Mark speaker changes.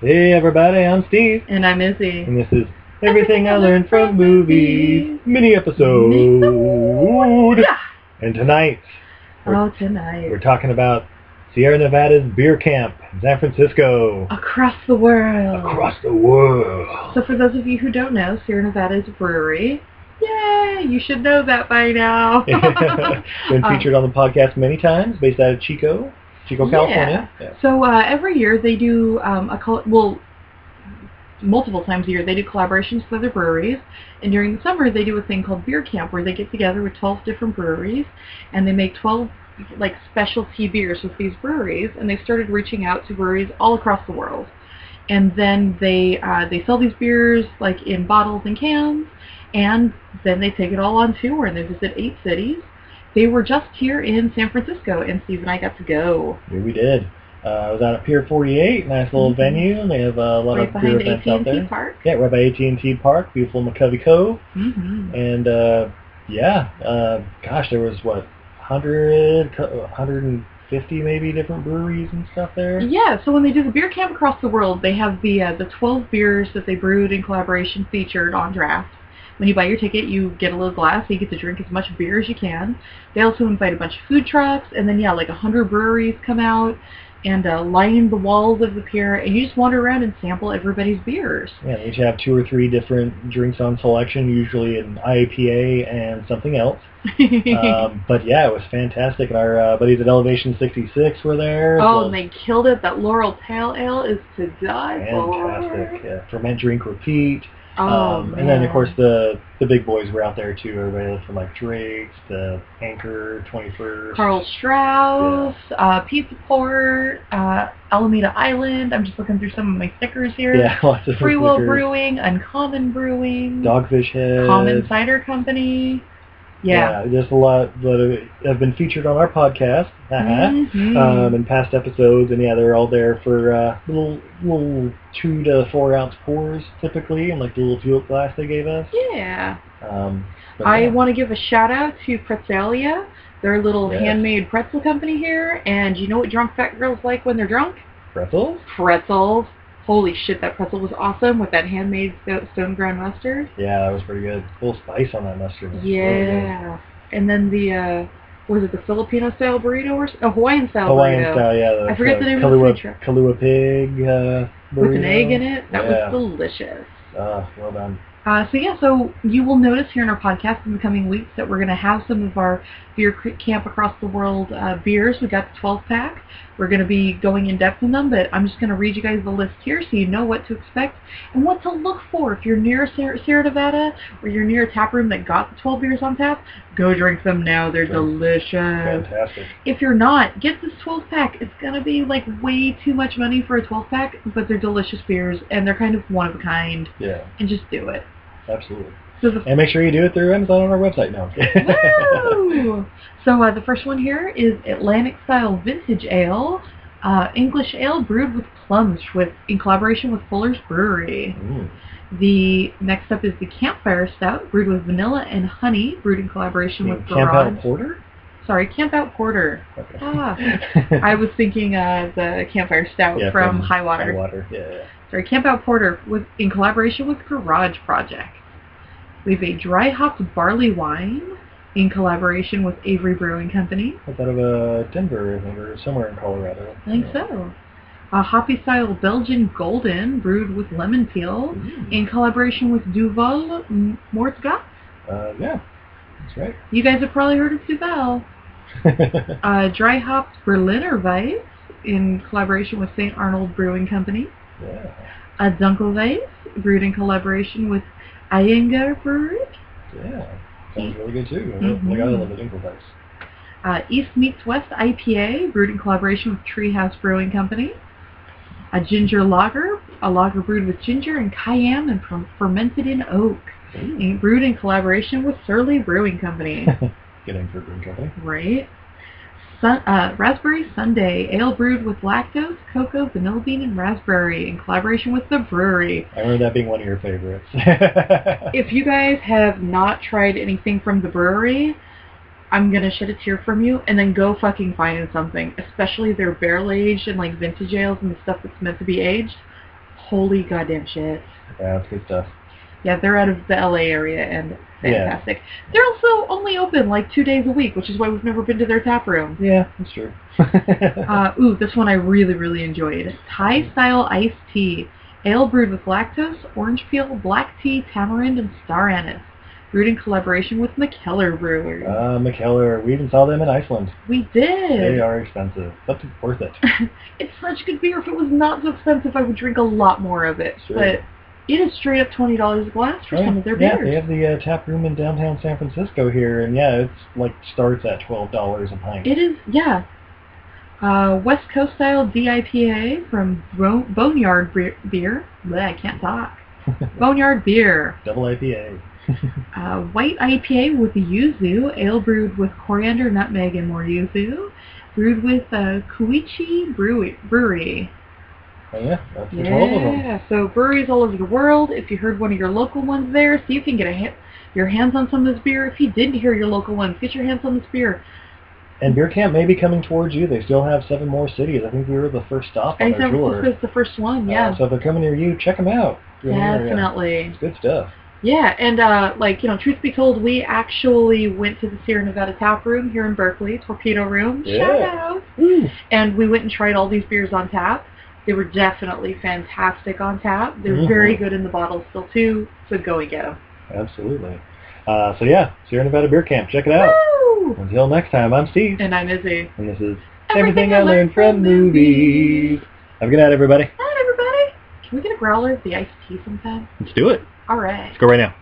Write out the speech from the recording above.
Speaker 1: Hey everybody, I'm Steve,
Speaker 2: And I'm Izzy.
Speaker 1: and this is Everything I Learned from Movies mini episode.
Speaker 2: Yeah.
Speaker 1: And tonight
Speaker 2: Oh,
Speaker 1: we're
Speaker 2: tonight.
Speaker 1: talking about Sierra Nevada's beer camp in San Francisco,
Speaker 2: Across the world.
Speaker 1: across the world.
Speaker 2: So for those of you who don't know, Sierra Nevada is a brewery. Yay! You should know that by now.
Speaker 1: Been
Speaker 2: Um,
Speaker 1: featured on the podcast many times, based out of Chico, Chico,
Speaker 2: Yeah.
Speaker 1: California. Yeah.
Speaker 2: So uh, every year they do um, a col- well, multiple times a year they do collaborations with other breweries, and during the summer they do a thing called beer camp where they get together with 12 different breweries, and they make 12 like specialty beers with these breweries, and they started reaching out to breweries all across the world, and then they uh, they sell these beers like in bottles and cans, and then they take it all on tour and they visit eight cities. They were just here in San Francisco, and Steve and I got to go.
Speaker 1: Yeah, we did. Uh, I was out at Pier 48, nice little
Speaker 2: Mhm.
Speaker 1: venue, and they have a lot
Speaker 2: right
Speaker 1: of beer
Speaker 2: behind
Speaker 1: events out
Speaker 2: AT&T
Speaker 1: there.
Speaker 2: Park.
Speaker 1: Yeah, right by AT&T Park, beautiful McCovey Cove.
Speaker 2: hmm
Speaker 1: and uh, yeah, uh, gosh, there was what 100, co- 150 maybe different breweries and stuff there.
Speaker 2: Yeah, so when they do the beer camp across the world, they have the uh, the 12 beers that they brewed in collaboration featured on draft. When you buy your ticket, you get a little glass, so you get to drink as much beer as you can. They also invite a bunch of food trucks, and then yeah, like a 100 breweries come out and uh, line the walls of the pier, and you just wander around and sample everybody's beers.
Speaker 1: Yeah, they each have two or three different drinks on selection, usually an IAPA and something else. um, but yeah, it was fantastic. And our uh, buddies at Elevation 66 were there.
Speaker 2: oh,
Speaker 1: so
Speaker 2: and they killed it. That Laurel Pale Ale is to die
Speaker 1: fantastic.
Speaker 2: for.
Speaker 1: Yeah, ferment, drink, repeat.
Speaker 2: Oh,
Speaker 1: um, and then of
Speaker 2: man.
Speaker 1: course the the big boys were out there too. Everybody from like Drake's, the Anchor, 21st.
Speaker 2: Carl Strauss, uh, Pizza Port, uh, Alameda Island. I'm just looking through some of my stickers here.
Speaker 1: Yeah, lots of
Speaker 2: Free Will
Speaker 1: liquors.
Speaker 2: Brewing, Uncommon Brewing,
Speaker 1: Dogfish Head.
Speaker 2: Common Cider Company. Yeah.
Speaker 1: There's a lot that have been featured on our podcast uh-huh,
Speaker 2: Mhm.
Speaker 1: um, in past episodes, and yeah, they're all there for uh, little little two to four ounce pours typically, and like the little field glass they gave us.
Speaker 2: yeah.
Speaker 1: Um, but
Speaker 2: I
Speaker 1: yeah.
Speaker 2: want to give a shout out to Pretzelia, their little
Speaker 1: Yes.
Speaker 2: handmade pretzel company here. And you know what drunk fat girls like when they're drunk?
Speaker 1: pretzels.
Speaker 2: Pretzels. Holy shit, that pretzel was awesome with that handmade sto- stone ground mustard.
Speaker 1: Yeah, that was pretty good. A little spice on that mustard. It's really good.
Speaker 2: Yeah. And then the, uh, was it the Filipino style burrito or s- a Hawaiian style
Speaker 1: Hawaiian
Speaker 2: burrito?
Speaker 1: style, yeah. The,
Speaker 2: Oh, I forget
Speaker 1: uh,
Speaker 2: the name of the
Speaker 1: Kahlua,
Speaker 2: food truck.
Speaker 1: Kahlua pig uh,
Speaker 2: With an
Speaker 1: burrito.
Speaker 2: egg in it. That
Speaker 1: Yeah.
Speaker 2: was delicious.
Speaker 1: Uh, well done.
Speaker 2: Uh, so yeah, so you will notice here in our podcast in the coming weeks that we're going to have some of our beer c- camp across the world uh, beers. We got the 12 pack. We're going to be going in depth in them, but I'm just going to read you guys the list here so you know what to expect and what to look for. If you're near Sierra, Sierra Nevada or you're near a tap room that got the 12 beers on tap, go drink them now. They're
Speaker 1: Drink.
Speaker 2: delicious.
Speaker 1: Fantastic.
Speaker 2: If you're not, get this 12 pack. It's gonna be like way too much money for a 12 pack, but they're delicious beers and they're kind of one of a kind.
Speaker 1: Yeah,
Speaker 2: And just do it.
Speaker 1: absolutely.
Speaker 2: So the
Speaker 1: And make sure you do it through Amazon on our website. No.
Speaker 2: Woo! so uh, the first one here is Atlantic style vintage ale, uh, English ale brewed with plums with in collaboration with Fuller's Brewery.
Speaker 1: Mm,
Speaker 2: The next up is the Campfire Stout brewed with vanilla and honey, brewed in collaboration with
Speaker 1: Camp Out
Speaker 2: Garage.
Speaker 1: Porter?
Speaker 2: Sorry, Camp Out Porter.
Speaker 1: Okay.
Speaker 2: Ah. I was thinking uh, the Campfire Stout
Speaker 1: Yeah,
Speaker 2: from High
Speaker 1: High
Speaker 2: Water.
Speaker 1: water. Yeah.
Speaker 2: Sorry, Camp Out Porter with, in collaboration with Garage Project. We have a dry hopped barley wine, in collaboration with Avery Brewing Company.
Speaker 1: It's out of uh, Denver, I think, or somewhere in Colorado.
Speaker 2: I think so. A hoppy-style Belgian Golden brewed with lemon peel in collaboration with Duval M- Moortgat.
Speaker 1: Uh, yeah, that's right.
Speaker 2: You guys have probably heard of Duval. Uh, dry hopped Berliner Weiss in collaboration with St. Arnold Brewing Company.
Speaker 1: yeah,
Speaker 2: A Dunkelweiss brewed in collaboration with Iyengar Brewery.
Speaker 1: yeah. Sounds really good too. Like I
Speaker 2: Mm-hmm.
Speaker 1: love the Dinkle Dice.
Speaker 2: Uh, East Meets West IPA, brewed in collaboration with Treehouse Brewing Company. A ginger lager, a lager brewed with ginger and cayenne and fer- fermented in oak, and brewed in collaboration with Surly Brewing Company.
Speaker 1: Getting for Green Company.
Speaker 2: right? Sun, uh, raspberry Sunday, ale brewed with lactose, cocoa, vanilla bean, and raspberry in collaboration with the brewery.
Speaker 1: I remember that being one of your favorites. yeah,
Speaker 2: If you guys have not tried anything from the brewery, I'm gonna shed a tear from you and then go fucking find something. Especially their barrel aged and like vintage ales and the stuff that's meant to be aged. Holy goddamn shit.
Speaker 1: that's good stuff.
Speaker 2: Yeah, they're out of the LA area and
Speaker 1: Yeah.
Speaker 2: fantastic. They're also only open like two days a week, which is why we've never been to their tap room.
Speaker 1: Yeah, that's true.
Speaker 2: Uh, ooh, this one I really, really enjoyed. Thai style iced tea. Ale brewed with lactose, orange peel, black tea, tamarind, and star anise. Brewed in collaboration with McKellar Brewery.
Speaker 1: uh, McKellar, we even saw them in Iceland.
Speaker 2: we
Speaker 1: They
Speaker 2: did.
Speaker 1: are expensive, but it's worth it.
Speaker 2: It's such good beer. If it was not so expensive, I would drink a lot more of it.
Speaker 1: Sure. Oh,
Speaker 2: But it is straight up twenty dollars a glass for some of their
Speaker 1: yeah,
Speaker 2: beers.
Speaker 1: they have the uh, tap room in downtown San Francisco here, and yeah, it's like starts at twelve dollars a pint.
Speaker 2: It is, yeah. Uh, West Coast style DIPA from Bo- Boneyard Bre- Beer. Bleh, I can't talk. Boneyard Beer.
Speaker 1: Double IPA.
Speaker 2: Uh, white IPA with yuzu, ale brewed with coriander, nutmeg, and more yuzu, brewed with uh, Kuichi Brewery. Brewery.
Speaker 1: Oh yeah, that's the twelve of them.
Speaker 2: Yeah, so breweries all over the world. If you heard one of your local ones there, see if you can get a ha- your hands on some of this beer. If you didn't hear your local ones, get your hands on this beer.
Speaker 1: And beer camp may be coming towards you. They still have seven more cities. I think we were the first stop on
Speaker 2: And
Speaker 1: their
Speaker 2: San
Speaker 1: tour.
Speaker 2: Francisco is the first one,
Speaker 1: Uh,
Speaker 2: yeah.
Speaker 1: so if they're coming near you, check them out. Give 'em a-
Speaker 2: Definitely.
Speaker 1: It's good stuff.
Speaker 2: Yeah, and uh, like you know, truth be told, we actually went to the Sierra Nevada Tap Room here in Berkeley, Torpedo Room. Shout
Speaker 1: Yeah.
Speaker 2: out. And we went and tried all these beers on tap. They were definitely fantastic on tap. They're
Speaker 1: Mhm.
Speaker 2: very good in the bottle still too. So go and get them.
Speaker 1: Absolutely. Uh, so yeah, Sierra Nevada Beer Camp. Check it out.
Speaker 2: Woo!
Speaker 1: Until next time, I'm Steve.
Speaker 2: And I'm Izzy.
Speaker 1: And this is
Speaker 2: Everything I Learned from Movies.
Speaker 1: Have a good night, everybody.
Speaker 2: Hi everybody. Can we get a growler of the iced tea sometime?
Speaker 1: Let's do it.
Speaker 2: All right.
Speaker 1: Let's go right now.